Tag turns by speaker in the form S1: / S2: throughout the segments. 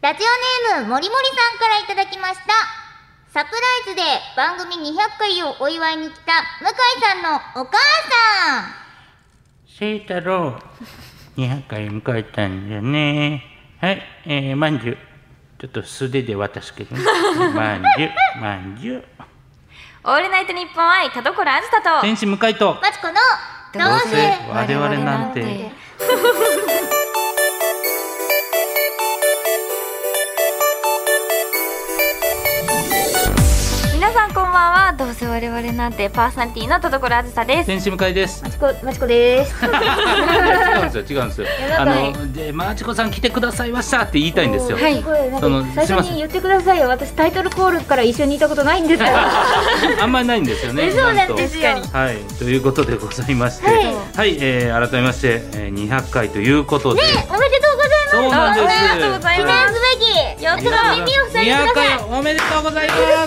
S1: ラジオネームもりもりさんからいただきましたサプライズで番組200回をお祝いに来た向井さんのお母さん
S2: 聖太郎、200回迎えたんだね。はい、えー、まんじゅう。ちょっと素手で渡すけどね。まんじゅう、まんじゅう。
S3: オールナイトニッポン愛田所あずさと
S2: 天使向井と、
S1: マチコの
S2: ど
S1: どう
S2: う
S1: せ
S2: せ我々なんて。
S3: 皆さんこんばんはどうせ我々なんてパーソナリティの田所あずさです
S2: 天使向井です。
S1: マチコマチコです
S2: 違うんですよ、違うんですよ。あの、で、マーチコさん来てくださいましたって言いたいんですよ。
S3: はい
S4: 声なん
S2: その
S4: か最
S2: すいま
S4: 初
S2: せん
S4: に言ってくださいよ私タイトルコールから一緒にいたことないんですから
S2: あんまりないんですよね。
S1: そうなんですよ
S3: なんと
S2: はい、ということでございまして、は、
S1: はい
S2: えー改めまして、えー、200回ということで、
S1: おめでとうございます
S2: そうなんです。
S3: ありがとうござい
S1: 記
S3: ます
S1: 念すべき
S3: やった
S1: その耳を塞いでください
S2: 200回おめでとうございます。
S1: イエーイ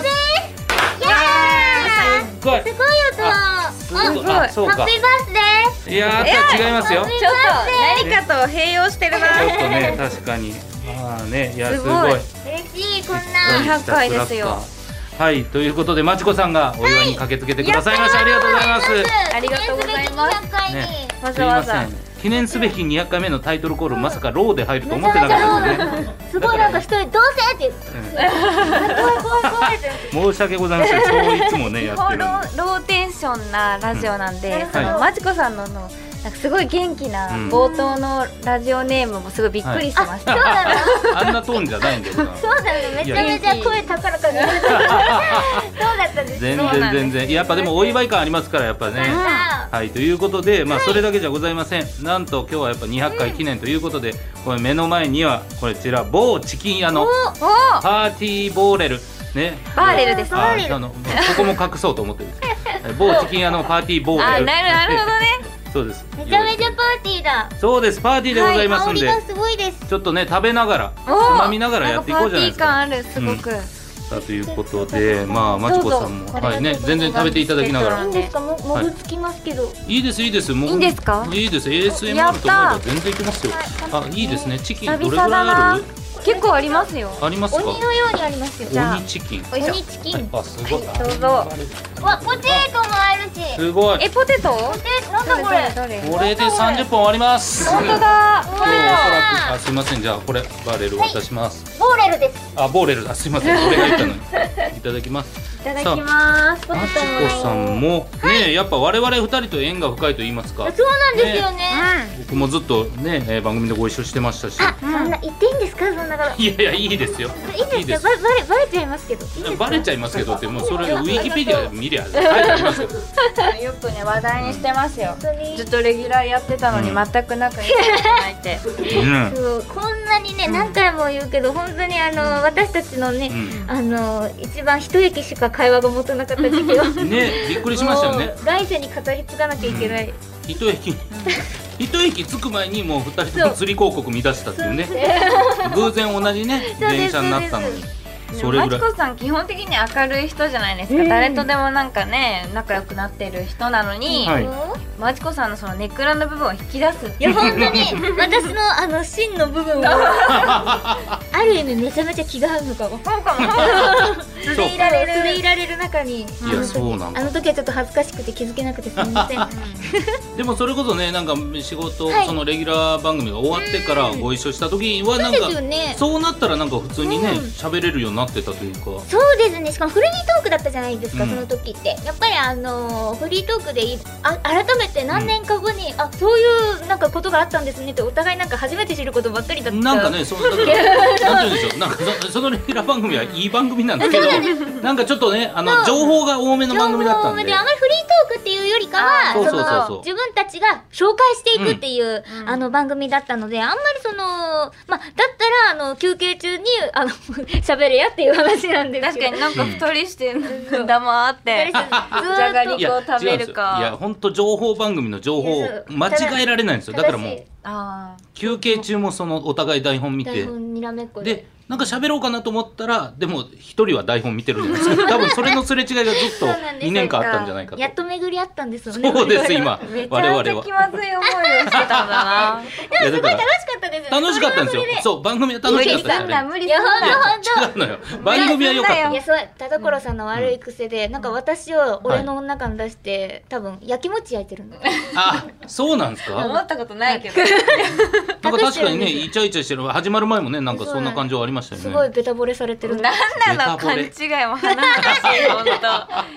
S2: すごい。
S1: すごい音あ
S2: すごい。あ、そう
S1: ハッ
S2: か
S1: ピ。ーバースデー
S2: いやー、あった違いますよ。ちょ
S3: ちょっと何かと併用してるな
S2: っとね、確かに。まあね、いや、す
S3: す
S2: ご
S3: ご
S2: い
S3: い。
S1: 嬉しいこん
S2: うん
S1: な
S3: 200回ですよ。
S2: はい、ということで、まちこさんがお祝いに駆けつけてくださいました。ありがとうございます。
S3: ありがとうございます
S1: 記念べき
S2: ね
S1: 200回に、
S3: わ
S2: すい
S3: ざ
S2: ま
S3: わ
S2: せ
S3: ざ
S2: ん。記念すべき200回目のタイトルコール、まさかローで入ると思ってなかったですね。
S1: すごいなんか一人どうせって
S2: 申し訳ございません。そういつもね、や
S3: 基
S2: ってる
S3: 本
S2: ん
S3: ロ
S2: で。
S3: ーローテンションなラジオなんで、
S1: うん
S3: そ
S2: は
S3: の
S2: い
S3: マチコさんののなんかすごい元気な
S2: うん
S3: 冒頭のラジオネームもすごいびっくりしました、
S2: あんなトーンじゃないんだよな。
S1: そうだねめちゃめちゃ声高らかにそうだったんです
S2: 全
S1: ね
S2: 然全然。やっぱでもお祝い感ありますから、やっぱね。
S1: さあ
S2: はい、ということで、まあ、それだけじゃございません、なんと今日はやっぱ200回記念ということで、これ目の前にはこちら某チキン屋の
S3: お
S2: パーティーボーレルね
S3: バーレルです
S2: ああのここも隠そうと思って るんですけど某チキン屋のパーティーボー
S3: あ
S2: レル
S3: なるなるほどね
S2: そうです
S1: めちゃめちゃパーティーだ
S2: そうですパーティーでございます
S1: 香
S2: ん
S1: り
S2: で、
S1: がすごいです
S2: ちょっとね食べながらつ
S3: おー
S2: まみながらやっていこうじゃないですか
S3: んかパーティー感あるすごく、
S2: さあということでまあまちこさんもはいね全然食べていただきなが
S3: な
S2: ら
S3: ん
S4: いいん
S3: で
S4: ですかももぐつきますけど、
S2: いいですいいですもう
S3: いいんですか
S2: いいです ASMR
S3: やっ
S2: と
S3: た
S2: 思えば全然いけますよあいいですねチキンどれぐらいある
S3: 結構ありますよ
S2: ありますか
S1: 鬼のようにありますよ
S3: じゃあ
S2: 鬼チキン
S3: おいしょ
S1: 鬼チキン
S2: あすごい
S3: どうぞ
S1: わポテトもあるしえ
S2: すごい
S3: えポテト
S1: なんだこれ
S3: どれどれどれ
S2: これで30分終わります
S3: 本当だ
S2: 今日おそらくあすいませんじゃあこれバーレル渡します
S1: ボーレルです
S2: あボーレルだすいません俺が言ったのにいただきます
S4: いただきますポ
S2: マ
S4: テ
S2: チ
S4: トも
S2: コさんもねやっぱ我々二人と縁が深いと言いますか
S1: そうなんですよね
S2: 僕もずっとねえー番組でご一緒してましたし
S1: あそんな言っていいんですかそんなこと
S2: いやいやいいですよ
S1: いいんですかバレバレバレちゃいますけどいいんですか
S2: バレちゃいますけどってもうそれウィキペディア見りゃ書いてありますよ
S3: うんよくね話題にしてますよ
S1: 本当に
S3: ずっとレギュラーやってたのに全く仲良くないって
S2: うん
S1: そうこんなにね何回も言うけど本当にあの私たちのね
S2: う
S1: あの一番一息しか会話が持たなかった時期を
S2: んねびっくりしましたよね
S1: もう来世に語り継がなきゃいけない、
S2: 一駅一駅着く前にもう二人とも釣り広告見出したっていうね偶然同じね
S1: そうで
S2: 電
S1: す
S2: 車になったのにそれ
S3: マ
S2: ぐら
S3: チ
S2: い
S3: コさん基本的に明るい人じゃないですか、誰とでもなんかね仲良くなってる人なのに、
S2: はい
S1: い
S3: マチコさんのそのネクラの部分を引き出すってい
S1: や
S3: う
S1: 本当に私のあの芯の部分をあ る意味めちゃめちゃ気が合うのかも
S3: そうかも そうかも
S1: 素でいられる素でいられる中に
S2: いやそうなん
S1: あ
S2: だ
S1: の時はちょっと恥ずかしくて気づけなくてすみません
S2: でもそれこそねなんか仕事、
S1: はい
S2: そのレギュラー番組が終わってからご一緒した時はなん
S1: そう
S2: か
S1: ですよね
S2: そうなったらなんか普通にね
S1: うん
S2: 喋、れるようになってたというか
S1: そうですねしかもフリートークだったじゃないですか、
S2: うん
S1: その時ってやっぱりあのーフリートークでいあ改めて何年か後に、あそういうなんかことがあったんですねってお互いなんか初めて知ることばっかりだった
S2: なんかねそのだからなんて言うんでしょうなんかそそのレギュラー番組はいい番組なんですけどなんかちょっとねあの
S1: そ
S2: 情報が多めの番組だったんで
S1: 情報多めあまりフリートークっていうよりか
S2: あ
S1: は
S2: ーそうそうそうそう
S1: その自分たちが紹介していくっていう、
S3: うんうん
S1: あの番組だったのであんまりそのまあだったらあの休憩中にあの 喋れやっていう話なんです
S3: 確
S1: け
S3: か
S1: ど
S3: になんか太りして黙って
S1: ず
S3: じゃが
S1: ーっ
S3: り
S1: と
S2: いや
S3: こう食べ
S2: 違うん
S3: るか
S2: ですよいや本当情報番組の情報
S1: い
S2: を
S1: やそう
S2: 間違えられないんですよだからも
S1: 正し
S2: う
S1: い
S3: あ
S2: 休憩中もそのお互い台本見
S1: 台
S2: て
S1: 本にらめっこで
S2: でなんか喋ろうかなと思ったらでも一人は台本見てるじゃないですか多 分それのすれ違いがずっと
S1: そうなんです
S2: 2年間あったんじゃないかと
S1: やっと巡り合ったんですよね
S2: そうです 今
S3: めち
S2: 我々
S3: ゃ
S2: は
S3: めちゃ気まずい思いをしてたんだな
S2: いやだから
S4: しかったです
S2: 楽しかったんですよそう番組は楽しかったんですよあれ
S3: 無理
S1: いやほんとほんと
S2: 違うのよ番組は良かっ
S3: 無
S2: た
S3: 理だ
S1: いやそう田所さんの悪い癖で、なんか私を俺の中に出して、多分やきもち焼いてるの
S2: あそうなんです
S3: 思
S2: か
S3: ったことないけど
S2: なんか確かにね
S1: 隠してるんですよ
S2: イチャイチャしてる始まる前もねなんかそんな感情ありましたよね
S1: すごいベタ惚れされてる
S3: 何なの
S2: ベタ
S3: 勘
S2: 惚
S3: 違い
S2: れ
S3: も華々しい本当すごい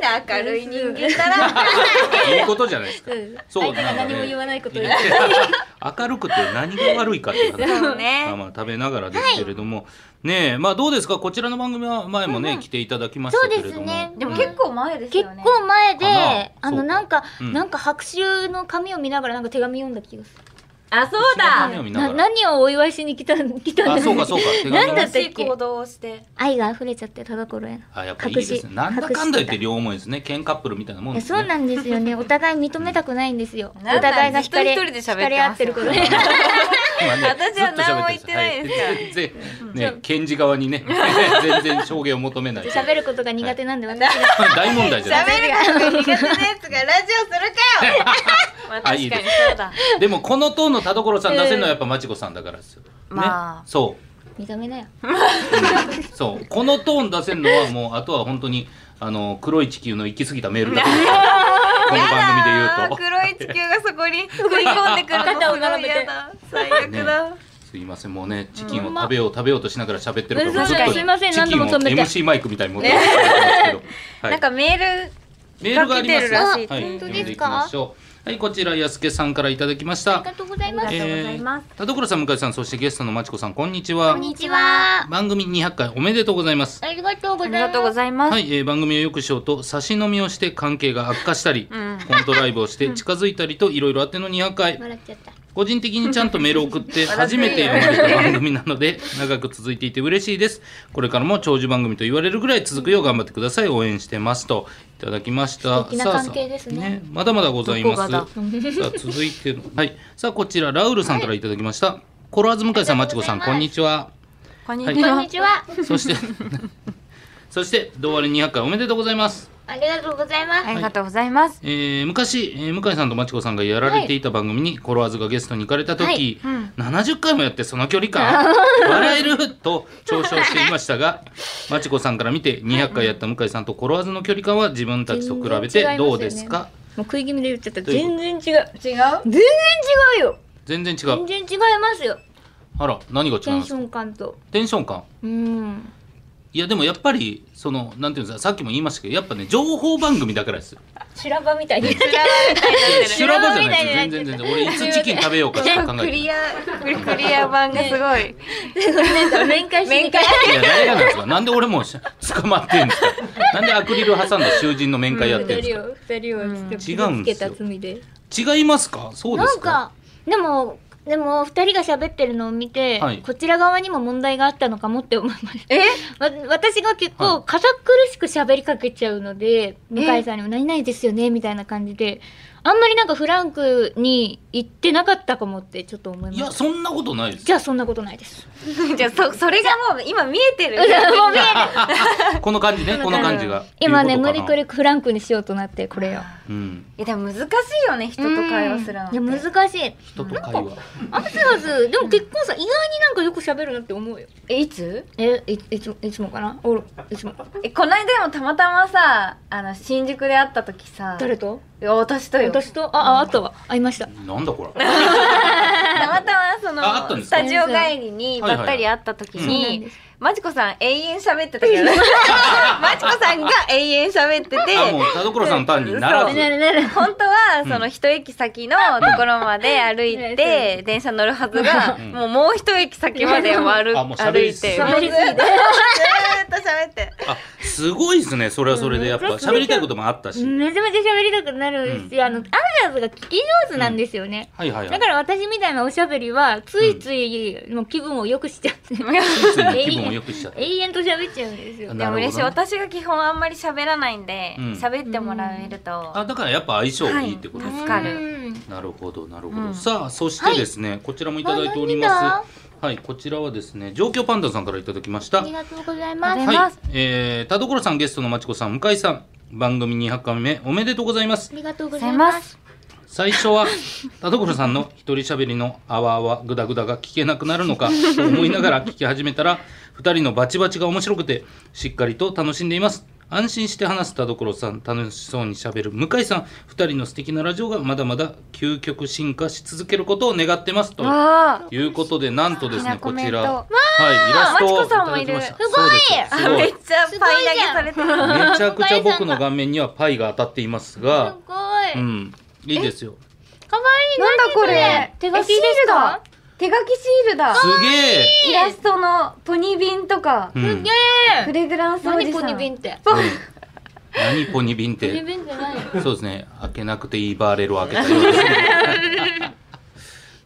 S3: な明るい人間だなみたいない
S2: いことじゃないですか
S1: うん
S2: そう
S1: 相手が
S2: んかね
S1: 何も言わないことを
S2: いや 明るくて何が悪いかっていう話
S3: そうね
S2: まあまあ食べながらですけれども、ねえまあどうですかこちらの番組は前もね、来ていただきましたけれども
S4: そうですね
S3: でも結構前です
S1: 結
S3: よね
S1: 構前で、
S2: かなそ
S1: あの
S2: うか
S1: なんか、
S2: うん
S1: なんか白紙の紙を見ながらなんか手紙読んだ気がする
S3: あそうだ
S2: 紙を見なが
S1: な
S2: ら
S1: 何をお祝いしに来た来たんだ
S2: あ
S1: ろ
S2: そうかそうか手
S1: なん
S2: 紙
S1: だ
S2: ね
S1: ったっ
S3: 正しい
S1: け
S3: 行動をして
S1: 愛が溢れちゃって田所への
S2: あやっぱいいです
S1: 隠
S2: ね
S1: し
S2: なんだかんだ言っ
S1: 隠して
S2: 両思いですねケンカップルみたいなもん
S1: い
S2: で
S1: や
S2: す
S1: そう
S2: ね
S1: なんですよねお互い認めたくないんですよお
S3: なんなん
S1: 互いが惹かれ
S3: ずっと一人で喋ってますよ
S1: 惹かれ合ってることね
S2: 今ね
S3: 私は何も言ってないですから
S2: ずっと喋ってますはい全然ね検事側に ね全然証言を求めない
S1: 喋ることが苦手な んで私が
S2: 大問題じゃない
S3: 喋ることが苦手なやつがラジオするかよ まあ確かにそうだ
S2: でもこのトーンの田所さん出せるのはやっぱまちこさんだからですよ、ね
S3: まあ
S2: そう
S1: 認めなよ
S2: そうこのトーン出せるのはもうあとは本当にあの黒い地球の行き過ぎたメー ルだけですこの番組で言うと
S3: 黒い地球がそこに食い込んでくるのすごい嫌だ最悪だ、
S2: すいませんもうねチキンを食べよう食べようとしながら喋ってるから、
S1: うん
S2: ちょっと
S1: すいません
S2: チキンを
S1: 何度も止めて
S2: MC マイクみたいに持って きてるんですけど、はい
S3: なんかメール
S2: メールがあります
S3: が来てるらしい
S2: はい、
S4: 本当
S2: 読ん
S4: ですか
S2: でいきましょうはいこちらやすけさんからいただきまし
S4: あ
S2: た
S4: りがとうございます
S3: ありがとうございます
S2: えー田所さん向井さんそしてゲストのまちこさんこんにちは
S4: こんにちは
S2: 番組200回おめでとうございます
S4: ありがとうご
S3: あり
S4: ざい
S3: がとうご
S4: ます
S3: ざいます、
S2: はい、えー番組をよくしようと差し飲みをして関係が悪化したり、
S3: うん
S2: コントライブをして近づいたりといろいろあっての200回
S4: 笑っちゃった
S2: 個人的にちゃんとメールを送 って初めて読まれた番組なので長く続いていて嬉しいですこれからも長寿番組と言われるぐらい続くよう頑張ってください応援してますといただきました
S1: 素敵な
S2: さあ
S1: 関係ですね
S2: さあまだまだございます
S3: どこがだ
S2: さあ続いてのはいさあこちらラウルさんからいただきました、コロワーズ向井さんまちこさんこんにちは
S3: こんに
S2: は
S3: ち
S2: い
S3: は、
S4: こんにちは
S2: そして そして同割れ200回おめでとうございます
S4: ありがとうございます
S3: ありがとうございます、
S2: えー昔、えー向井さんとまちこさんがやられていた番組にコロワーズがゲストに行かれた時、70回もやってその距離感笑えると嘲笑していましたが まちこさんから見て200回やった向井さんとコロワーズの距離感は自分たちと比べてどうですか
S1: もう食い気味で言っちゃった
S2: というこ
S1: 全然違
S3: 違
S1: う
S3: う
S1: 全然違うよ
S2: 全然違
S1: 全
S2: う
S1: 然違いますよ
S2: あら何が違
S1: テ
S2: うん
S1: ン
S2: で
S1: シ
S2: すか
S1: ョン感と
S2: テンション感
S1: うん
S2: いやでもやっぱりそのなんていうんですかさっきも言いましたけどやっぱね情報番組だから です
S1: 修羅場みたいに
S2: 修羅場じゃないですよ全然全然俺いつチキン食べようかって考え
S3: ク
S2: てるい
S3: リアクリア版がすごい、
S1: なんか面会しに行か
S2: や誰がなんですかなんで俺もし捕まってんですかなんでアクリル挟んだ囚人の面会やってんですか
S1: 二人を二人をちょっ
S2: 違
S1: と
S2: うんで
S1: 傷つけ
S2: すよ
S1: た罪で
S2: 違いますかそうで
S1: な
S2: す
S1: ん
S2: か
S1: かでもでも二人が喋ってるのを見て、
S2: はい
S1: こちら側にも問題があったのかもって思いましたえ私が結
S2: は
S1: 構堅苦しく喋りかけちゃうので、向井さんにも「何々ですよね」みたいな感じであんまりなんかフランクに言ってなかったかもってちょっと思いま
S2: い
S1: した
S2: やそんなことないです
S1: じゃあそんなことないです。
S3: じゃあそそれがもう今見えてる
S1: もう見 え
S2: この感じねこの感じが
S1: 今
S2: い
S1: ね
S2: うこ
S1: 無
S2: とか
S1: 理
S2: な
S1: くりフランクにしようとなってこれよ。
S2: うん
S3: いやでも難しいよね人と会話するのって
S1: いや難しい。
S2: 人と会話
S1: あずあずでも結婚さ意外になんかよく喋るなって思うよ。
S3: えいつ
S1: えいいつもいつもかな？おいつも
S3: えこの間でもたまたまさあの新宿で会った時さ
S1: 誰と？
S3: いや私とよ
S1: 私とあああったわ会いました。
S2: なんだこれ
S3: たまたまそ
S2: ああったん
S3: の
S2: で
S3: ス
S2: すか
S3: タジオ帰りにばったり会った時
S2: はい
S1: はいはい
S3: にまちこさん永遠喋ってたけど まちこさんが永遠喋ってて
S2: あもう田所さんの単にならず
S1: なるなる。
S3: 本当はその一駅先のところまで歩いて電車乗るはずが
S2: ん
S3: もうもう一駅先まで歩
S2: あもう喋
S3: 歩
S2: り
S3: い
S2: す
S3: て
S2: ぎ
S3: ずー
S1: 喋りすぎ
S3: っ
S1: て。
S3: と喋って
S2: あすごいですねそれはそれでやっぱ喋りたいこともあったし
S1: めちゃめちゃ喋りたくなるし、あのアザーズが聞き上手なんですよね。
S2: はいはいは
S1: だ
S2: い
S1: から私みたいなおしゃべりはついついもう気分を良くしちゃって、
S2: ついに気分を良くしちゃって
S1: 永遠と喋っちゃうんですよ。
S3: でも嬉しい
S2: なるほどね
S3: 私が基本あんまり喋らないんで
S2: うん
S3: 喋ってもらえると
S2: あだからやっぱ相性いいってことです
S3: 助
S2: ね
S3: かる
S2: なるほどなるほ
S3: う
S2: ど
S3: ん
S2: さあそしてですねこちらもいただいており
S4: あ
S2: ま
S4: 何
S2: すはい、こちらはですね、状況パンダさんからいただきました
S1: あり。がとうございます。
S2: はい、えー、田所さんゲストのまちこさん、向井さん、番組200回目おめでとうございます
S1: あ。りがとうご
S3: ご
S1: ざ
S3: ざ
S1: い
S3: い
S1: ま
S3: ますす。
S2: 最初は田所さんの一人喋りのあわあわぐだぐだが聞けなくなるのかと思いながら聞き始めたら2人のバチバチが面白くてしっかりと楽しんでいます安心して話す田所さん楽しそうに喋る向井さん2人の素敵なラジオがまだまだ究極進化し続けることを願ってますと
S3: わあ。
S2: いうことでなんとですねこちらは
S3: わ
S2: いイラストをいただきました
S3: マ
S2: そうですすご
S3: め
S2: い
S3: っちゃパイ投げされてる。
S2: めちゃくちゃ僕の顔面にはパイが当たっていますが
S4: すごい。
S2: うんいいですよ
S3: なんだこれ
S1: 手書きですか
S3: えシールだ手書きシールだ
S2: すげえ
S3: イラストのポニビンとか
S2: うん
S3: フレグランスおじ
S1: 何
S3: さ
S1: ポ
S3: ん
S1: ニビンって。
S2: 何ポニビンっ
S1: ポニ
S2: て
S1: ビンじゃない。
S2: そうですね開けなくていいバーレルを開けたようですね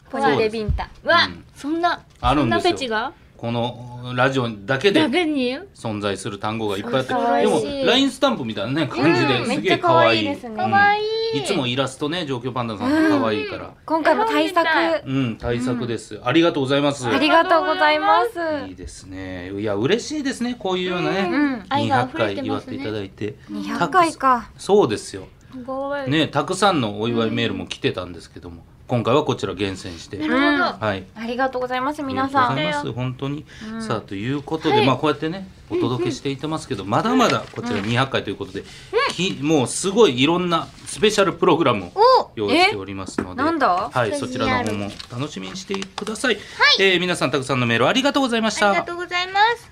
S3: ポニレビンタ
S1: わ、
S2: うん
S1: そんな、
S2: ある
S1: そ
S2: ん
S1: ん
S2: で
S1: な
S2: すよ
S1: フェチが
S2: このラジオだけで
S1: だけに
S2: 存在する単語がいっぱいあって
S3: かわい
S2: でも
S3: い
S2: ラインスタンプみたいなね感じで
S3: うん
S2: す
S3: めっ
S2: げ
S3: ち
S2: え
S3: ゃ
S2: 可
S3: 可愛
S2: 愛
S3: い
S2: い
S3: ですね
S2: うん
S3: 可
S4: 愛い
S2: いつもイラストね上京パンダさんって可愛いから
S3: 今回も対策あ
S2: うん対策ですありがとうございます
S3: りがとうございます
S2: いいですねいや嬉しいですねこういうような
S3: う
S2: ね
S3: ん
S1: 愛が
S2: 200
S1: 溢
S2: 回
S1: れて
S2: 祝
S1: ま
S2: っ
S1: す
S2: て
S1: ね
S2: いただいて
S3: 200回か
S2: そうですよ
S1: すごい。
S2: ねたくさんのお祝いメールも来てたんですけども今回はこちら厳選して
S1: なるほど。
S2: はい
S3: ありがとうございます皆さ
S2: あり
S3: ん
S2: がとうございます本当に、さあということで、まあこうやってねお届けしていってますけど、まだまだこちら200回ということで、きもうすごいいろんなスペシャルプログラムを用意しておりますので
S3: なんだ
S2: はいそちらの方も楽しみにしてください、えー皆さんたくさんのメールありがとうございまし
S4: あり
S2: た
S4: がとうございます。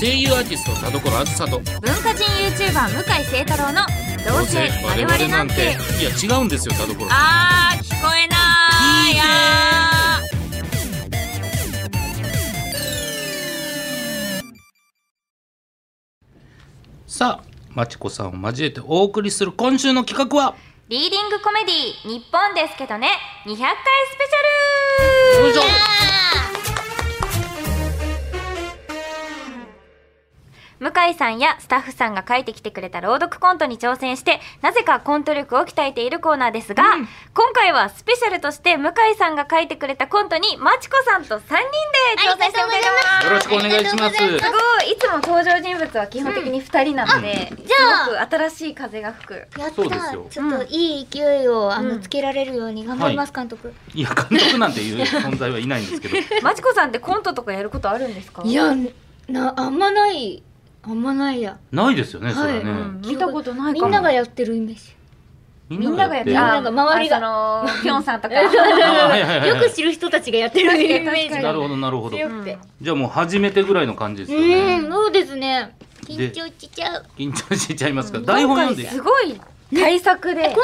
S2: 声優アーティスト田所あずさと
S3: 文化人 YouTuber 向井聖太郎の「どうせ我々なんて
S2: いや違うんですよ田所」さん
S3: あー聞こえないやー
S2: さあまちこさんを交えてお送りする今週の企画は
S3: リーディングコメディ日本ですけどね200回スペシャル
S2: よいしょ
S3: 向井さんやスタッフさんが書いてきてくれた朗読コントに挑戦してなぜかコント力を鍛えているコーナーですが、今回はスペシャルとして向井さんが書いてくれたコントにまちこさんと3人で挑戦してもらいます
S2: よろしくお願いします
S4: ありがとうございます
S3: ごいいつも登場人物は基本的に2人なので、すごく新しい風が吹く
S4: やっ
S2: そうですよ
S4: た。ちょっといい勢いを、あ
S3: う
S4: の
S3: ん
S4: つけられるように頑張ります、監督。
S2: いや監督なんていう存在はいないんですけど
S3: まちこさんってコントとかやることあるんですか
S1: いや、な、あんまない。あんまないや。
S2: ないですよね、それは
S3: う
S2: ね、
S3: ん見たことない
S1: み
S3: か
S1: ん
S3: も
S1: ながやってるイメージ。
S3: みんながやってる
S2: るあ
S1: なんか周りが
S3: あそのピョンさんとか
S2: ーはいはいはい
S1: よ
S2: はい
S1: く知る人たちがやってるイメー
S3: 確
S1: ジ
S3: かに確か に
S2: な
S1: が
S2: るほどなるほど
S1: 強くて。
S2: じゃあもう初めてぐらいの感じですよね
S1: うん、そうですね。
S2: で
S4: 緊張しちゃう。
S2: 緊張しちゃいますが、 台本読んでい
S3: 今回すごい対策で、
S1: こんなに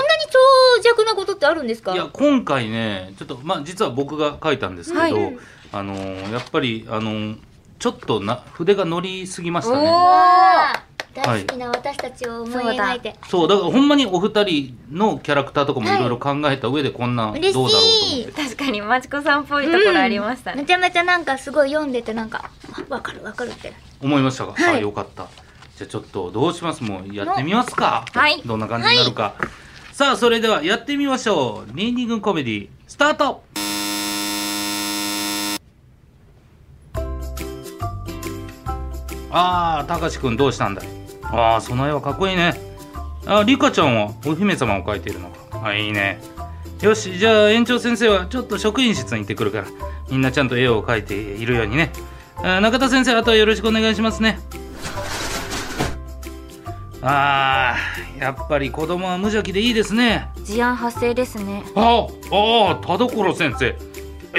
S1: 長尺なことってあるんですか。
S2: や今回ねちょっとまあ実は僕が書いたんですけど、
S3: はい
S2: あのーやっぱりあのーちょっとな筆が乗りすぎまし
S3: お
S2: たね
S3: ー
S4: 大好きな私たちを思い描いて。
S2: そうだからほんまにお二人のキャラクターとかもいろいろ考えた上でこんなどうだ
S4: 嬉
S2: ろうと思
S4: し
S2: っ
S4: い
S2: て。
S3: 確かにまちこさんっぽいところありましたね、
S4: めちゃめちゃなんかすごい読んでてなんかあわかるわかるって。
S2: 思いましたが、
S4: はい
S2: あよかったじゃあちょっとどうしますもうやってみますか
S3: はい
S2: どんな感じになるか、さあそれではやってみましょうリーディングコメディスタートああたかしくんどうしたんだいああその絵はかっこいいねありかちゃんはお姫様を描いているのかあいいねよしじゃあ園長先生はちょっと職員室に行ってくるからみんなちゃんと絵を描いているようにねあ中田先生あとはよろしくお願いしますねあーやっぱり子供は無邪気でいいですね
S3: 事案発生ですね
S2: ああ田所先生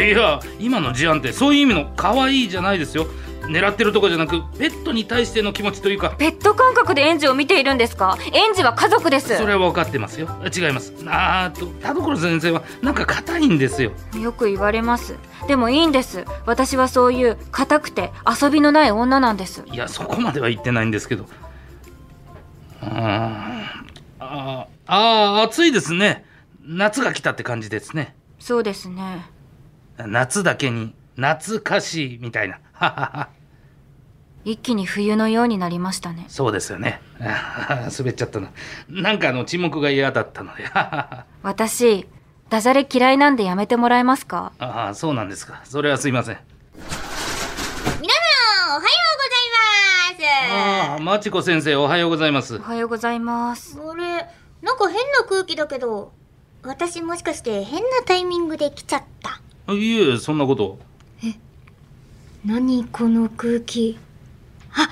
S2: いや今の事案ってそういう意味の可愛いじゃないですよ狙ってるとかじゃなくペットに対しての気持ちというか
S3: ペット感覚で園児を見ているんですか園児は家族です
S2: それは分かってますよ違いますあーっと田所先生はなんか硬いんですよ
S3: よく言われますでもいいんです私はそういう硬くて遊びのない女なんです
S2: いやそこまでは言ってないんですけどうーんあーあー暑いですね夏が来たって感じですね
S3: そうですね
S2: 夏だけに懐かしいみたいな ははは
S3: 一気に冬のようになりましたね
S2: そうですよね あはは滑っちゃったななんかあの沈黙が嫌だったのでははは
S3: 私ダジャレ嫌いなんでやめてもらえますか
S2: ああそうなんですかそれはすいません
S4: 皆さん、おはようござい
S2: ああマチコ先生おはようございます
S3: おはようございます
S4: ます。あれ、なんか変な空気だけど、私もしかして変なタイミングで来ちゃった。
S2: いえそんなこと
S4: 何この空気。あ、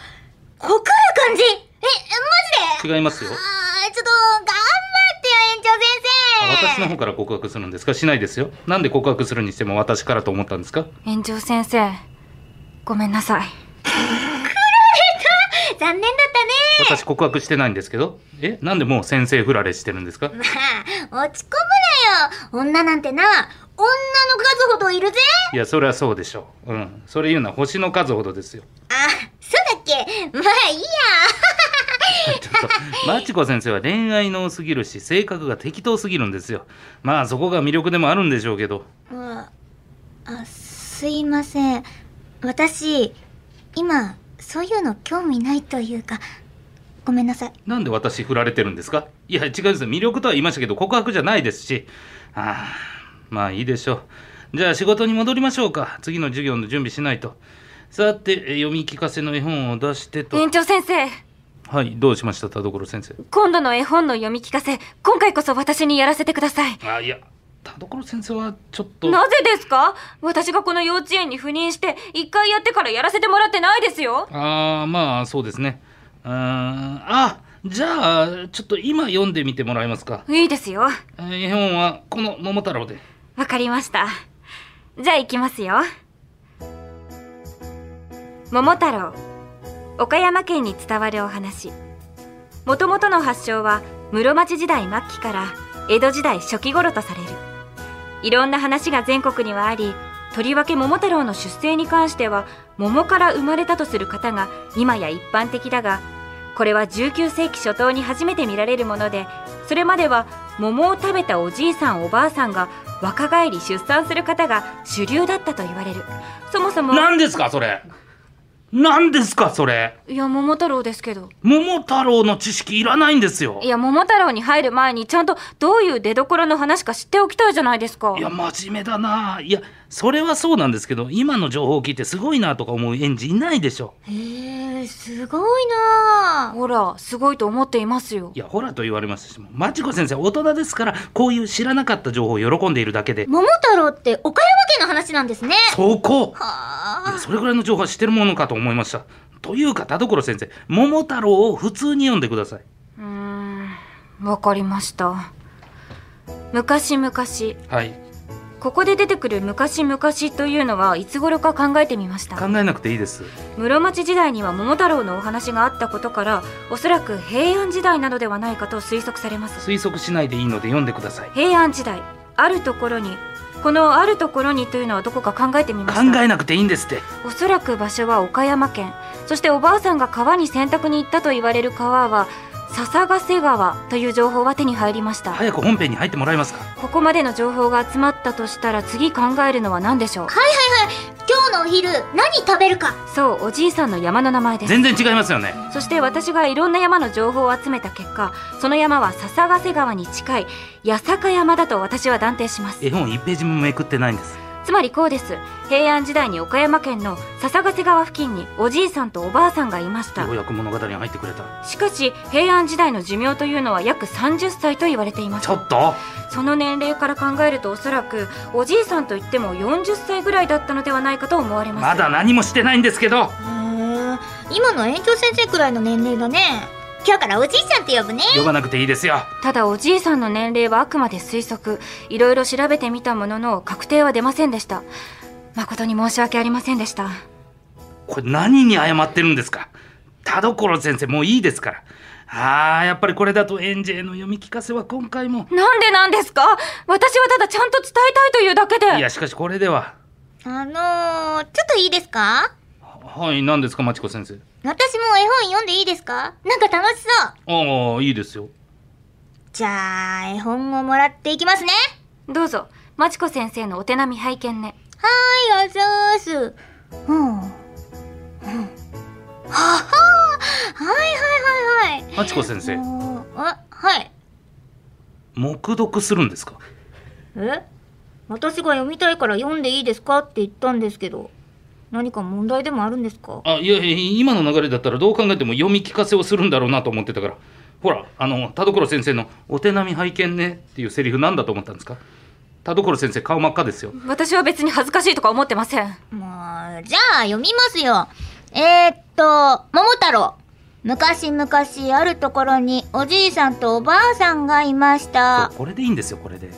S4: こくる感じえ、マジで
S2: 違いますよ
S4: あー、ちょっと、頑張ってよ、園長先
S2: 私
S4: 生
S2: の方から告白するんですかしないですよなんで告白するにしても私からと思ったんですか
S3: 園長先生ごめんなさい
S4: 残念だったね。
S2: 私告白してないんですけどえなんでもう先生振られしてるんですか
S4: まあ、落ち込むなよ。女なんてな、女の数ほどいるぜ。
S2: いやそれはそうでしょううんそれ言うのは星の数ほどですよ
S4: あ、そうだっけまあいいや。
S2: ちょっとマチコ先生は恋愛能すぎるし性格が適当すぎるんですよまあそこが魅力でもあるんでしょうけど
S4: あ、あすいません。私、今、そういうの興味ないというか、ごめんなさい。
S2: なんで私振られてるんですかいや違うんです魅力とは言いましたけど告白じゃないですしああまあいいでしょうじゃあ仕事に戻りましょうか次の授業の準備しないとさてえ読み聞かせの絵本を出してと
S3: 園長先生
S2: はいどうしました田所先生
S3: 今度の絵本の読み聞かせ今回こそ私にやらせてください
S2: あいや田所先生はちょっと
S3: なぜですか私がこの幼稚園に赴任して一回やってからやらせてもらってないですよ
S2: ああまあそうですねうーんあじゃあちょっと今読んでみてもらえますか
S3: いいですよ
S2: えー絵本はこの桃太郎で
S3: わかりましたじゃあ行きますよ桃太郎岡山県に伝わるお話もともとの発祥は室町時代末期から江戸時代初期頃とされるいろんな話が全国にはありとりわけ桃太郎の出生に関しては桃から生まれたとする方が今や一般的だがこれは19世紀初頭に初めて見られるものでそれまでは桃を食べたおじいさんおばあさんが若返り出産する方が主流だったと言われるそもそも
S2: 何ですかそれ何ですかそれ
S3: いや桃太郎ですけど
S2: 桃太郎の知識いらないんですよ
S3: いや桃太郎に入る前にちゃんとどういう出所の話か知っておきたいじゃないですか
S2: いや真面目だないやそれはそうなんですけど今の情報を聞いてすごいなとか思う園児いないでしょ
S4: えー、すごいな
S3: ほらすごいと思っていますよ
S2: いやほらと言われましたしもう真知子先生は大人ですからこういう知らなかった情報を喜んでいるだけで
S4: 桃太郎って岡山県の話なんですね。
S2: そこい
S4: は
S2: や
S4: あ。
S2: それぐらいの情報は知ってるものかと思いましたというか田所先生桃太郎を普通に読んでくださいう
S3: ーんわかりました昔々
S2: はい
S3: ここで出てくる昔々というのはいつ頃か考えてみました
S2: 考えなくていいです
S3: 室町時代には桃太郎のお話があったことからおそらく平安時代などではないかと推測されます
S2: 推測しないでいいので読んでください
S3: 平安時代あるところにこのあるところにというのはどこか考えてみました
S2: 考えなくていいんですって
S3: おそらく場所は岡山県そしておばあさんが川に洗濯に行ったと言われる川は笹ヶ瀬川という情報は手に入りました、
S2: 早く本編に入ってもらえますか
S3: ここまでの情報が集まったとしたら次考えるのは何でしょう
S4: 今日のお昼、何食べるか。
S3: そうおじいさんの山の名前です
S2: 全然違いますよね
S3: そして私がいろんな山の情報を集めた結果その山は笹ヶ瀬川に近い八坂山だと私は断定します
S2: 絵本1ページもめくってないんです
S3: つまりこうです平安時代に岡山県の笹ヶ瀬川付近におじいさんとおばあさんがいました
S2: ようやく物語に入ってくれた
S3: しかし平安時代の寿命というのは約30歳と言われています
S2: ちょっと
S3: その年齢から考えるとおそらくおじいさんといっても40歳ぐらいだったのではないかと思われます
S2: まだ何もしてないんですけど
S4: へー今の園長先生くらいの年齢だね。今日からおじいちゃんって呼ぶね。
S2: 呼ばなくていいですよ
S3: ただおじいさんの年齢はあくまで推測いろいろ調べてみたものの確定は出ませんでした誠に申し訳ありませんでした
S2: これ何に謝ってるんですか田所先生もういいですからあーやっぱりこれだと園児への読み聞かせは今回も
S3: なんでなんですか私はただちゃんと伝えたいというだけで
S2: いやしかしこれでは
S4: あのー、ちょっといいですか
S2: ははい何ですかまちこ先生
S4: 私も絵本読んでいいですかなんか楽しそう。
S2: ああいいですよ
S4: じゃあ、絵本をもらっていきますね。
S3: どうぞまちこ先生のお手並み拝見ね
S4: はい、あざーす。うん。うん。ははーはいはいはいはい。
S2: まちこ先生
S4: あーあ、はい。
S2: 黙読するんですか
S4: え私が読みたいから読んでいいですかって言ったんですけど何か問題でもあるんですか
S2: あいやいや今の流れだったらどう考えても読み聞かせをするんだろうなと思ってたからほらあの田所先生の「お手並み拝見ね」っていうセリフなんだと思ったんですか田所先生顔真っ赤ですよ
S3: 私は別に恥ずかしいとか思ってません
S4: まあ、じゃあ読みますよ。えー、っと、桃太郎。昔々あるところにおじいさんとおばあさんがいまし
S2: こ
S4: た。
S2: これでいいんですよこれで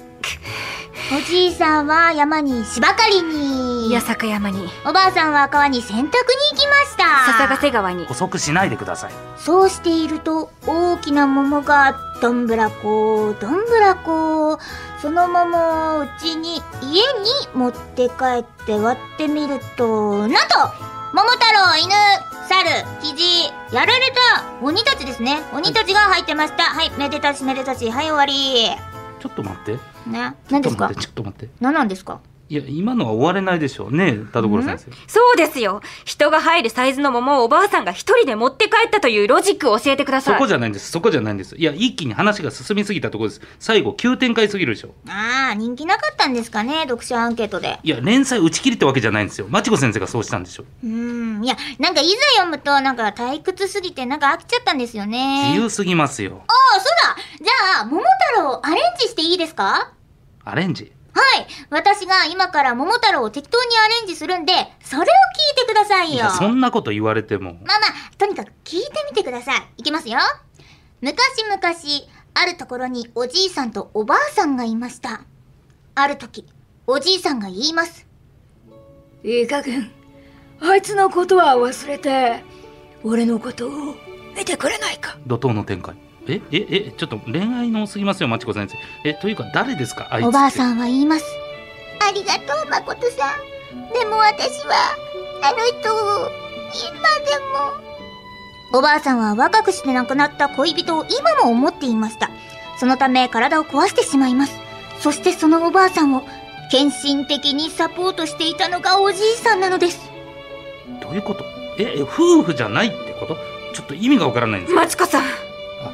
S4: おじいさんは山に芝刈りに。
S3: 矢坂山に
S4: おばあさんは川に洗濯に行きました。
S3: 笹ヶ瀬川に
S2: 補足しないでください
S4: そうしていると大きな桃がどんぶらこどんぶらこその桃をうちに家に持って帰って割ってみるとなんと桃太郎犬猿キジやられた鬼たちですね鬼たちが入ってましたはいめでたしめでたしはい終わり
S2: ちょっと待って
S4: ね何ですか
S2: ちょっと待ってちょっと待って
S4: 何なんですか
S2: いや今のは終われないでしょうね田所先生
S3: そうですよ人が入るサイズの桃をおばあさんが一人で持って帰ったというロジックを教えてくだ
S2: そ
S3: さい
S2: こじゃないんですそこじゃないんですいや一気に話が進みすぎたところです最後急展開すぎるでしょ
S4: ああ人気なかったんですかね読者アンケートで
S2: いや連載打ち切りってわけじゃないんですよマチコ先生がそうしたんでしょ
S4: うーんいやなんかいざ読むとなんか退屈すぎてなんか飽きちゃったんですよね
S2: 自由すぎますよ
S4: あ、そうだじゃあ、桃太郎をアレンジしていいですかは
S2: アレンジ
S4: い私が今から桃太郎を適当にアレンジするんで、それを聞いてください
S2: い
S4: よ
S2: やそんなこと言われても
S4: まあまあ、とにかく聞いてみてください。いきますよ。昔々、あるところにおじいさんとおばあさんがいました。ある時、おじいさんが言います。
S5: いい加減あいつのことは忘れて俺のことを見てくれないか
S2: 怒涛の展開えええちょっと恋愛の多すぎますよマチコ先生えというか誰ですかあいつ
S4: おばあ
S2: ん
S4: さんは言います。ありがとう、まことさん。でも私は、あの人を、今でも。おばあさんは若くして亡くなった恋人を今も思っていました。そのため体を壊してしまいます。そしてそのおばあさんを、献身的にサポートしていたのがおじいさんなのです。
S2: どういうことええ夫婦じゃないってことちょっと意味がわからないんですよ
S3: マチコさん
S2: あ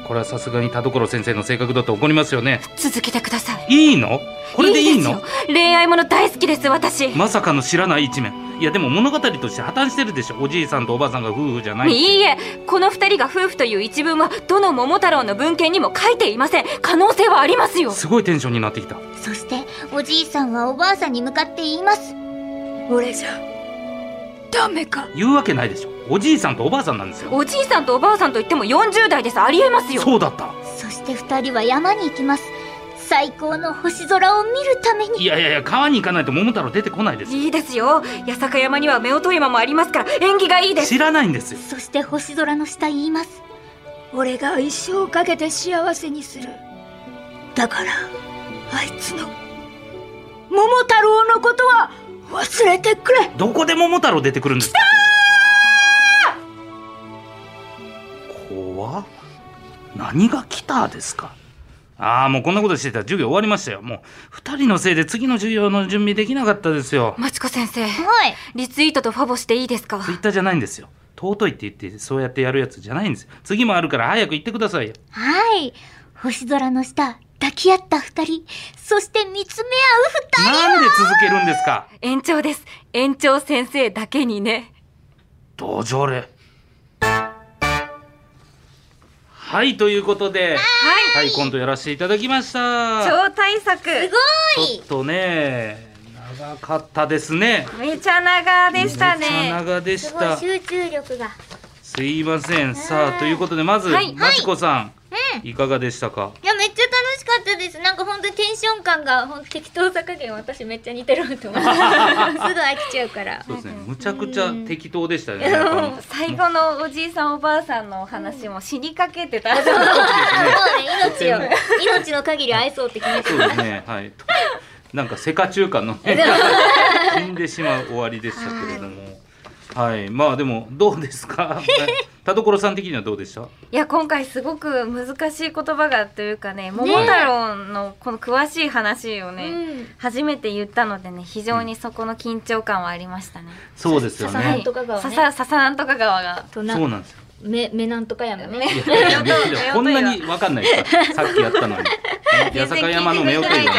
S2: これはさすがに田所先生の性格だと怒りますよね
S3: 続けてください
S2: いいのこれでいいの
S3: いですよ恋愛もの大好きです私
S2: まさかの知らない一面いやでも物語として破綻してるでしょおじいさんとおばあさんが夫婦じゃない
S3: いいえこの二人が夫婦という一文はどの桃太郎の文献にも書いていません可能性はありますよ
S2: すごいテンションになってきた
S4: そして、おじいさんはおばあさんに向かって言います。
S5: 俺じゃダメか
S2: 言うわけないでしょおじいさんとおばあさんなんですよ
S3: おじいさんとおばあさんといっても40代ですありえますよ
S2: そうだった
S4: そして二人は山に行きます。最高の星空を見るために。
S2: いやいやいや川に行かないと桃太郎出てこないですよ
S3: いいですよ八坂山には夫婦山もありますから縁起がいいです
S2: 知らないんですよ
S4: そして星空の下言います。
S5: 俺が一生かけて幸せにするだからあいつの桃太郎のことは忘れてくれ
S2: どこで桃太郎出てくるんですか怖っ何が来たですかああもうこんなことしてたら授業終わりましたよもう二人のせいで次の授業の準備できなかったですよ
S3: マチコ先生
S4: はい。
S3: リツイートとファボしていいですか
S2: ツイッターじゃないんですよ尊いって言ってそうやってやるやつじゃないんですよ次もあるから早く行ってくださいよ
S4: はい。星空の下、抱き合った二人、そして見つめ合う二人。
S2: なんで続けるんですか
S3: 延長です延長先生だけにね
S2: 同情令はいということで
S3: は
S2: はい今度やらせていただきました
S3: 超大作
S2: ちょっとね長かったですね。
S3: めちゃ長でした
S2: めちゃ
S3: ね
S2: 長でした。
S4: 集中力が。
S2: すいません。さあということでまず、
S3: はい
S2: まちこさんいかがでしたか。
S1: いや、めっちゃ楽しかったです。なんか本当にテンション感が、ほんと適当さ加減私めっちゃ似てるなと 思って。すぐ飽きちゃうから。
S2: そうですね。むちゃくちゃ適当でしたね。
S3: 最後のおじいさんおばあさんのお話も死にかけてた
S1: そうね、命を
S2: と、
S1: 命の限り愛そうって決めて
S2: そうですね。はい。となんかセカ中間のね死んでしまう終わりでしたけれども。はい。まあでもどうですか。田所さん的にはどうでした。
S3: いや今回すごく難しい言葉がというかね桃太郎のこの詳しい話をね初めて言ったのでね非常にそこの緊張感はありましたね。
S2: そうですよ
S1: 笹な
S2: ね
S1: ん。とか川ね
S3: 笹笹なんとか川が
S1: とな
S2: そうなんですよ。
S1: め、めなんとかやもね。
S2: いやいやいやいやこんなにわかんないですかさっきやったのに。八坂山の目を取るね。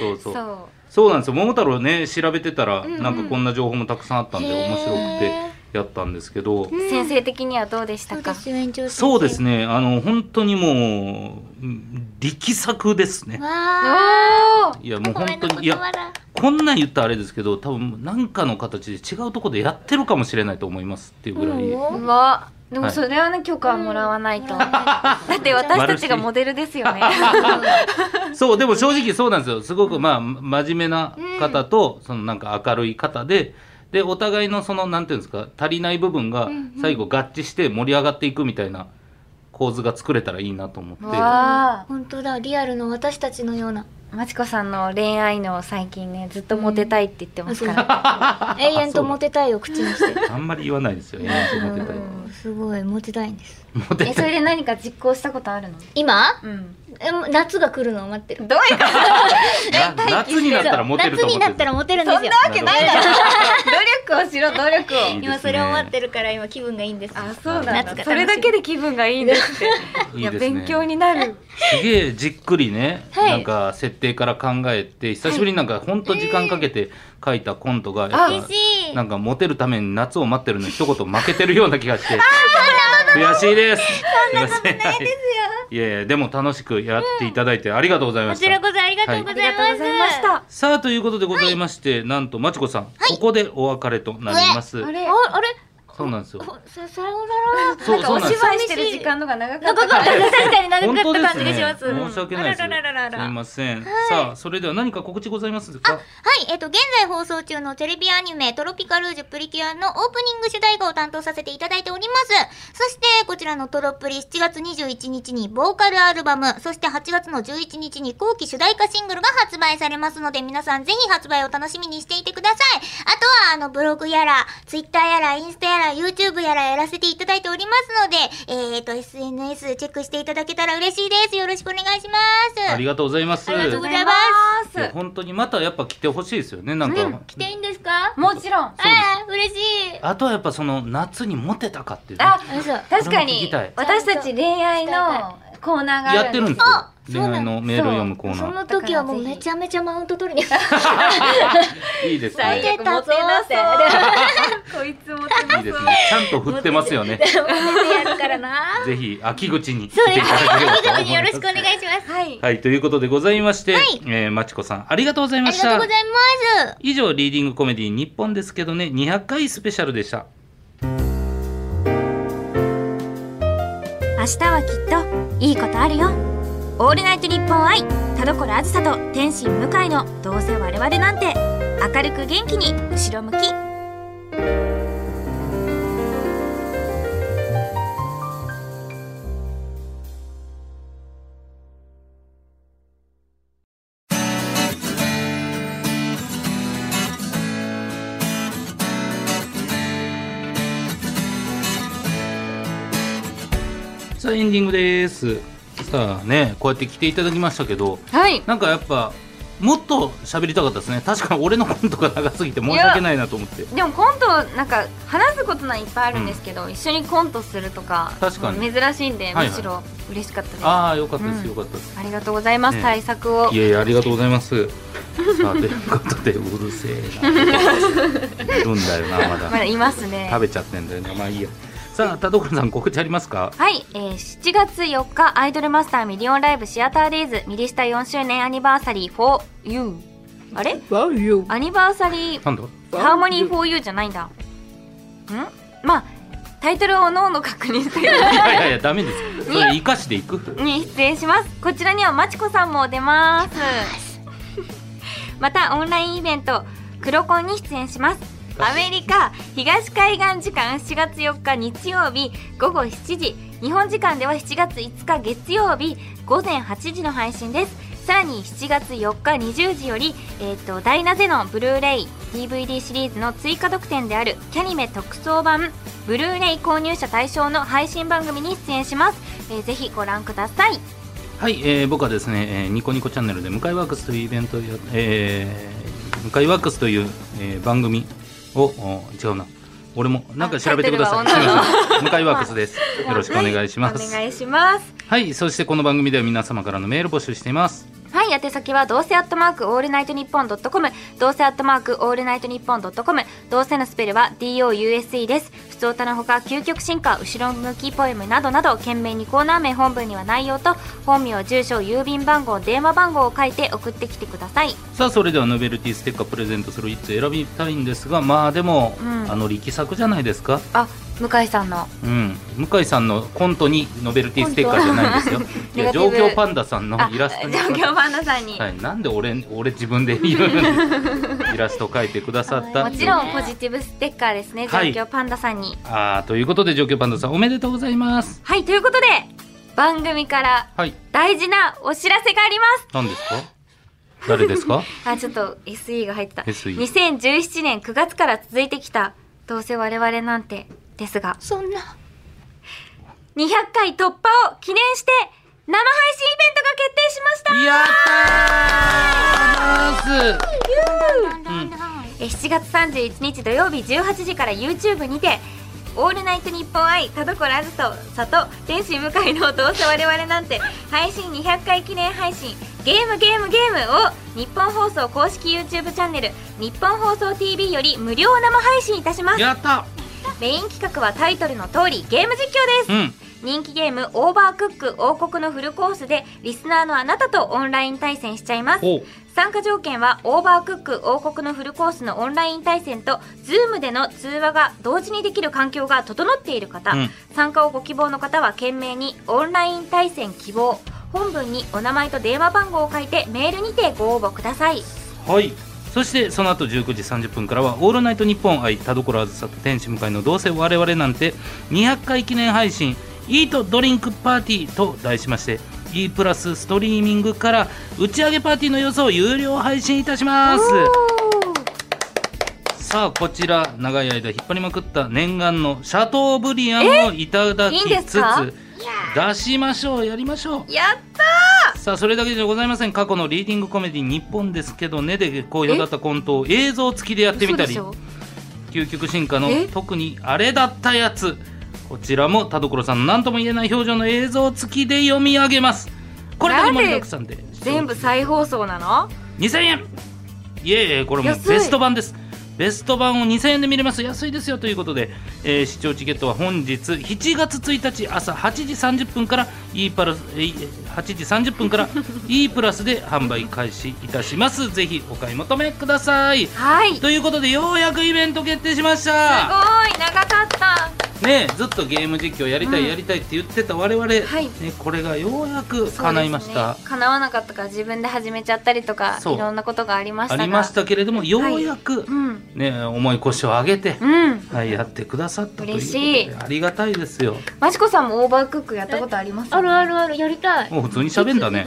S2: そうそうそう
S3: そ
S2: そうなんですよ桃太郎ね調べてたら、
S3: んうん
S2: なんかこんな情報もたくさんあったんで面白くてやったんですけど
S3: う先生的にはどうでし
S4: そ
S3: た
S4: うで
S3: か
S4: すよ園長先生
S2: そうですねあの本当にもううん力作ですね
S4: わあ
S3: おー
S2: いやもう
S4: ご
S2: 本
S4: めん
S2: 当
S4: の
S2: にい
S4: 言
S2: や
S4: 葉だ
S2: こんなん言ったらあれですけど多分なんかの形で違うところでやってるかもしれないと思いますっていうぐらい、
S3: うわでも
S2: はい
S3: それはね許可はもらわないと、
S4: うん
S3: だって私たちがモデルですよね
S2: そうでも正直そうなんですよすごくまあ真面目な方と、そのなんか明るい方ででお互いのそのなんていうんですか足りない部分が最後合致して盛り上がっていくみたいな構図が作れたらいいなと思って、
S3: わ
S4: 本当だリアルの私たちのような
S3: あまちこさんの恋愛の最近ねずっとモテたいって言ってますから、
S4: 永遠とモテたいを口にしてる
S2: あんまり言わないですよねモテたい
S3: うん
S4: すごいモテたいんです
S2: モテ
S3: えそれで何か実行したことあるの
S4: 今
S3: うん
S4: えもう夏が来るのを待ってる
S3: どういうこと
S2: な夏になったらモテると思
S4: 夏に
S2: って
S4: なったらモテるんで
S3: そ
S4: す
S3: んな
S4: よ
S3: わけないだろ努力をしろ努力を
S2: いいですね
S4: 今それを待ってるから今気分がいいんです
S3: あそうな
S2: 夏
S3: んだ
S4: が楽しみ
S3: それだけで気分がいいんだって
S2: い
S3: い
S2: い
S3: や
S2: ですね
S3: 勉強になる
S2: すげえじっくりね、
S4: はい
S2: なんか設定から考えて久しぶりになんかほんと時間かけて書いたコントがやっぱ
S3: あ嬉
S4: しい
S2: なんかモテるために夏を待ってるの一言負けてるような気がして悔しいですそんなことないですよいやいやでも楽しくやっていただいてありがとうございま
S1: こ
S2: し
S1: ちら
S2: た、
S1: こそありがとうご
S3: あり
S1: ざ
S3: がと
S1: い
S3: うご
S1: ます。
S3: ざいました
S2: さあということでございまして、なんとまちこさん、ここでお別れとなります
S3: あれ
S1: ああれ
S2: そうなんですよ
S4: ほささような
S2: そ
S3: なん
S2: う
S3: か
S2: そ
S3: お
S2: うなんです
S3: 芝居してる時間のが長かっ
S1: 長
S3: た
S1: か
S3: から
S1: ったです確かに長
S2: 本
S1: かっ
S2: 当
S1: た
S2: で
S1: 感
S2: す
S1: じがし
S2: ね
S1: ます。
S2: 申し訳ないです
S1: あららららら
S2: すいません、さあそれでは何か告知ございますか
S4: はい、えっと、現在放送中のテレビアニメ、トロピカルージュプリキュアのオープニング主題歌を担当させていただいております。そして、こちらのトロプリ7月21日にボーカルアルバム、そして8月の11日に後期主題歌シングルが発売されますので、皆さんぜひ発売を楽しみにしていてください。あとは、あの、ブログやら、ツイッターやら、インスタやら、YouTube やらやらせていただいておりますので、えっ、と、SNS チェックしていただけたら嬉しいです。よろしくお願いします。
S2: ありがとうございます
S4: ありがとうございま
S2: いや本当にまたやっぱ来てほしいですよねなんか、
S4: す。来ていいんですか
S3: もちろん
S2: そうです
S4: あー嬉しい。
S2: あとはやっぱその夏にモテたかっていうね、
S3: あ
S4: 嘘。
S3: 確か
S2: 俺も聞
S3: に
S2: きたい
S3: 私たち恋愛のコーナーがあ
S2: やって
S3: る
S2: る
S3: ん
S2: ん
S3: で
S2: ですよ
S4: そう
S2: 恋愛のメールを読むコー
S4: そ
S2: ナ
S4: の時はもうめちゃめちゃマウント取 りに
S2: ーいいです
S3: 最
S2: ね
S3: 悪モテなそうこいつモテ
S2: いいです
S3: なそう
S2: ねちゃんと振ってますよね
S4: やるからな。
S2: ぜひ秋口に来ていただければと思います
S4: よろしくお願いします。
S3: はい
S2: はいということでございまして、えーまちこさんありがとうござい
S4: あ
S2: ま
S4: り
S2: し
S4: がとう
S2: た
S4: ございます。
S2: 以上リーディングコメディ日本ですけどね200回スペシャルでした
S3: 明日はきっといいことあるよオールナイトニッポン愛田所あずさと天心向井のどうせ我々なんて明るく元気に後ろ向き
S2: さあエンディングですさあねこうやって来ていただきましたけど
S3: はい
S2: なんかやっぱもっと喋りたかったですね確かに俺のコントが長すぎて申し訳ないなと思って
S3: でもコントなんか話すことないっぱいあるんですけど、一緒にコントするとか
S2: 確かに
S3: 珍しいんで
S2: はいはい
S3: むしろ嬉しかったです、
S2: ああよかったです、
S3: うん
S2: よかったです
S3: ありがとうございます、
S2: ね
S3: 対策を
S2: いやいやありがとうございます。さあということでうるせえな。いるんだよな まだ。
S3: まだいますね
S2: 食べちゃってんだよなまあいいや。さあ田所さん告知ありますか。
S3: はい、えー7月4日アイドルマスターミリオンライブシアターデイズミリスタ4周年アニバーサリー 4U あれアニバーサリー
S2: なんだ。
S3: ハーモニー 4U じゃないんだんまあタイトルをおのおの確認する
S2: いやいやいやダメです。それ生かしていく。
S3: に出演しますこちらにはまちこさんも出ますまたオンラインイベントクロコンに出演しますアメリカ東海岸時間7月4日日曜日午後7時日本時間では7月5日月曜日午前8時の配信ですさらに7月4日20時より、えー、とダイナゼのブルーレイ DVD シリーズの追加特典であるキャニメ特装版ブルーレイ購入者対象の配信番組に出演します、えーぜひご覧ください
S2: はい、えー僕はですね、えーニコニコチャンネルで向井ワークスというイベントをや、えー向井ワークスという、えー番組をお違うな。俺もなんか調べてください。
S3: あ
S2: す
S3: タイ
S2: み
S3: ト
S2: ません。向井
S3: ルは
S2: ワークス です。よろしくお願いしま
S3: お
S2: す。
S3: 願いします
S2: はい、そしてこの番組では皆様からのメール募集しています。
S3: はい、はい、宛先はどうせアットマークオールナイトニッポンドットコム、どうせアットマークオールナイトニッポンドットコム、どうせのスペルは DOUSE です。普通歌のほか、究極進化、後ろ向きポエムなどなど、懸命にコーナー名、本文には内容と、本名、住所、郵便番号、電話番号を書いて送ってきてください。
S2: さあそれではノベルティステッカープレゼントするいつ選びたいんですがまあでも、
S3: うん
S2: あの力作じゃないですか、
S3: あ、向井さんの。
S2: うん、向井さんのコントにノベルティステッカーじゃないですよいや
S3: ネガティ
S2: 状
S3: ブ
S2: 況パンダさんの
S3: あ、
S2: イラストに
S3: 状況パンダさんに。
S2: はい、なんで俺俺自分で言う のイラスト描いてくださった
S3: もちろんポジティブステッカーですね、
S2: はい
S3: 状況パンダさんに。
S2: あーということで状況パンダさんおめでとうございます
S3: はい、ということで、番組から
S2: はい
S3: 大事なお知らせがあります。
S2: 何ですか誰です か
S3: あ、ちょっと SE が入ってた。
S2: SE
S3: 2017年9月から続いてきた、どうせ我々なんて、ですが、
S5: そんな
S3: 200回突破を記念して、生配信イベントが決定しました
S2: やったーます
S3: え7月31日土曜日18時から YouTube にて「オールナイトニッポン愛田所あずと里天使向井のどうせ我々なんて」配信200回記念配信「ゲームゲームゲーム」を日本放送公式 YouTube チャンネル「日本放送 TV」より無料生配信いたします
S2: やった
S3: メイン企画はタイトルの通りゲーム実況です、
S2: うん
S3: 人気ゲーム「オーバークック王国のフルコース」でリスナーのあなたとオンライン対戦しちゃいます
S2: おう
S3: 参加条件はオーバークック王国のフルコースのオンライン対戦と Zoom での通話が同時にできる環境が整っている方、
S2: うん
S3: 参加をご希望の方は懸命に「オンライン対戦希望」本文にお名前と電話番号を書いてメールにてご応募ください
S2: はいそしてその後19時30分からは「オールナイトニッポン愛田所あずさと天使向かいのどうせ我々なんて」200回記念配信「イートドリンクパーティー」と題しまして E プラスストリーミングから打ち上げパーティーの様子を有料配信いたしますさあこちら長い間引っ張りまくった念願のシャトーブリアンをいただ
S3: えいいん
S2: き
S3: で
S2: つ
S3: すか
S2: つ出しましょうやりましょう
S3: やっ
S2: さあそれだけじゃございません過去のリーディングコメディ日本ですけどね」で好評だったコントを映像付きでやってみたり究極進化の
S3: え
S2: 特にあれだったやつこちらも田所さんの何とも言えない表情の映像付きで読み上げますこれが盛りだくさんで
S3: 全部再放送なの
S2: 2000円いえいえこれも
S3: 安い
S2: ベスト版ですベスト版を2000円で見れます安いですよということで、えー視聴チケットは本日7月1日朝8時30分から E パラス、えー8時30分から E プラスで販売開始いたしますぜひお買い求めください
S3: はいす
S2: ということでようやくイベント決定しまし
S3: ご
S2: た
S3: い長かった
S2: ねえずっとゲーム実況やりた
S3: うん
S2: いやりたいって言ってた我々、ね
S3: はい
S2: これがようやく叶いました、
S3: そうですね叶わなかったから自分で始めちゃったりとかい
S2: そう
S3: ろんなことがありまし
S2: あ
S3: たが
S2: りましたけれどもようやく、
S3: うん
S2: ね、重い腰を上げて、
S3: うん
S2: はい、やってくださったということ
S3: 嬉しい
S2: でありがたいですよ
S3: マチコさんもオーバークックやったことあります
S1: あるあるあるやりたい
S2: もう普通に喋ん だね、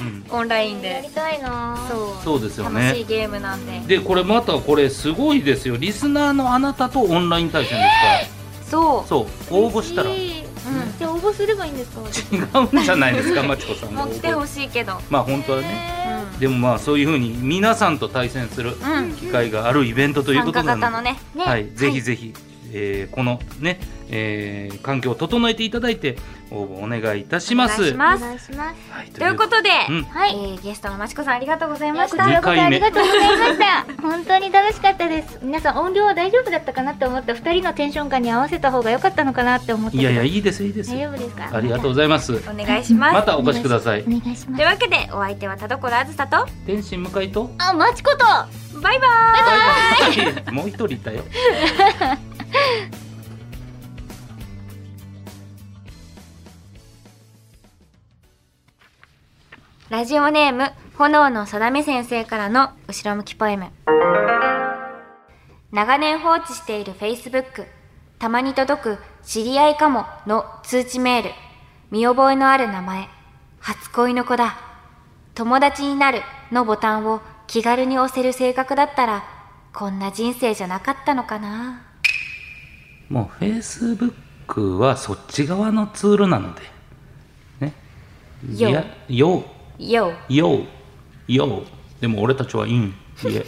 S2: うん
S3: オンライン
S1: や
S3: で
S1: りたいなぁ
S3: そ
S2: そ
S3: う
S2: うですよ
S3: 楽しい
S2: ね
S3: ゲームなんで
S2: でこれまたこれすごいですよリスナーのあなたとオンライン対戦です
S3: そ
S2: から、
S3: う
S2: そう応募したら違
S1: 嬉しい
S3: うん
S1: じゃあ応募すればいいんですか
S2: うんじゃないですかまちこ さんの
S3: も
S2: 応
S3: う来て
S2: 募
S3: ほしいけど
S2: まあ本当はね
S3: う
S2: でもまあそういうふうに皆さんと対戦する
S3: んうん
S2: 機会があるイベントというこ
S3: 参
S2: と
S3: 加
S2: な
S3: 型
S2: の
S3: のね
S2: はい、ぜひぜひ、えーこのね、えー環境を整えていただいて応募お願いいたしま
S3: お願い
S2: す。
S3: します
S5: 願いします
S2: はい、
S3: ということで
S2: うん
S5: はい
S3: えーゲストのマチコさんありがとうございまし
S5: い
S3: た
S5: や
S2: 二
S5: こちらこそ
S2: 回
S5: あ
S2: 目
S5: りがとうございました
S1: 本当に楽しかったです皆さん音量は大丈夫だったかなって思った2人のテンション感に合わせた方が良かったのかなって思って
S2: いやいやいいですいいです
S1: 大。丈夫ですか
S2: ありがとうございます。
S3: お願いしま
S2: ますたお越しください
S1: お。願いしま
S3: とい
S1: す
S3: うわけでお相手は田所あずさと
S2: 天心向かいと。
S1: あマチコと
S3: バイバーイ
S2: もう一人いたよ。
S3: ラジオネーム炎の定め先生からの後ろ向きポエム長年放置している Facebook たまに届く「知り合いかも」の通知メール見覚えのある名前初恋の子だ友達になるのボタンを気軽に押せる性格だったらこんな人生じゃなかったのかな
S2: もうフェイスブックはそっち側のツールなので。ね。い
S3: よう
S2: やよう
S3: よう
S2: ようようでも俺たちはインいえ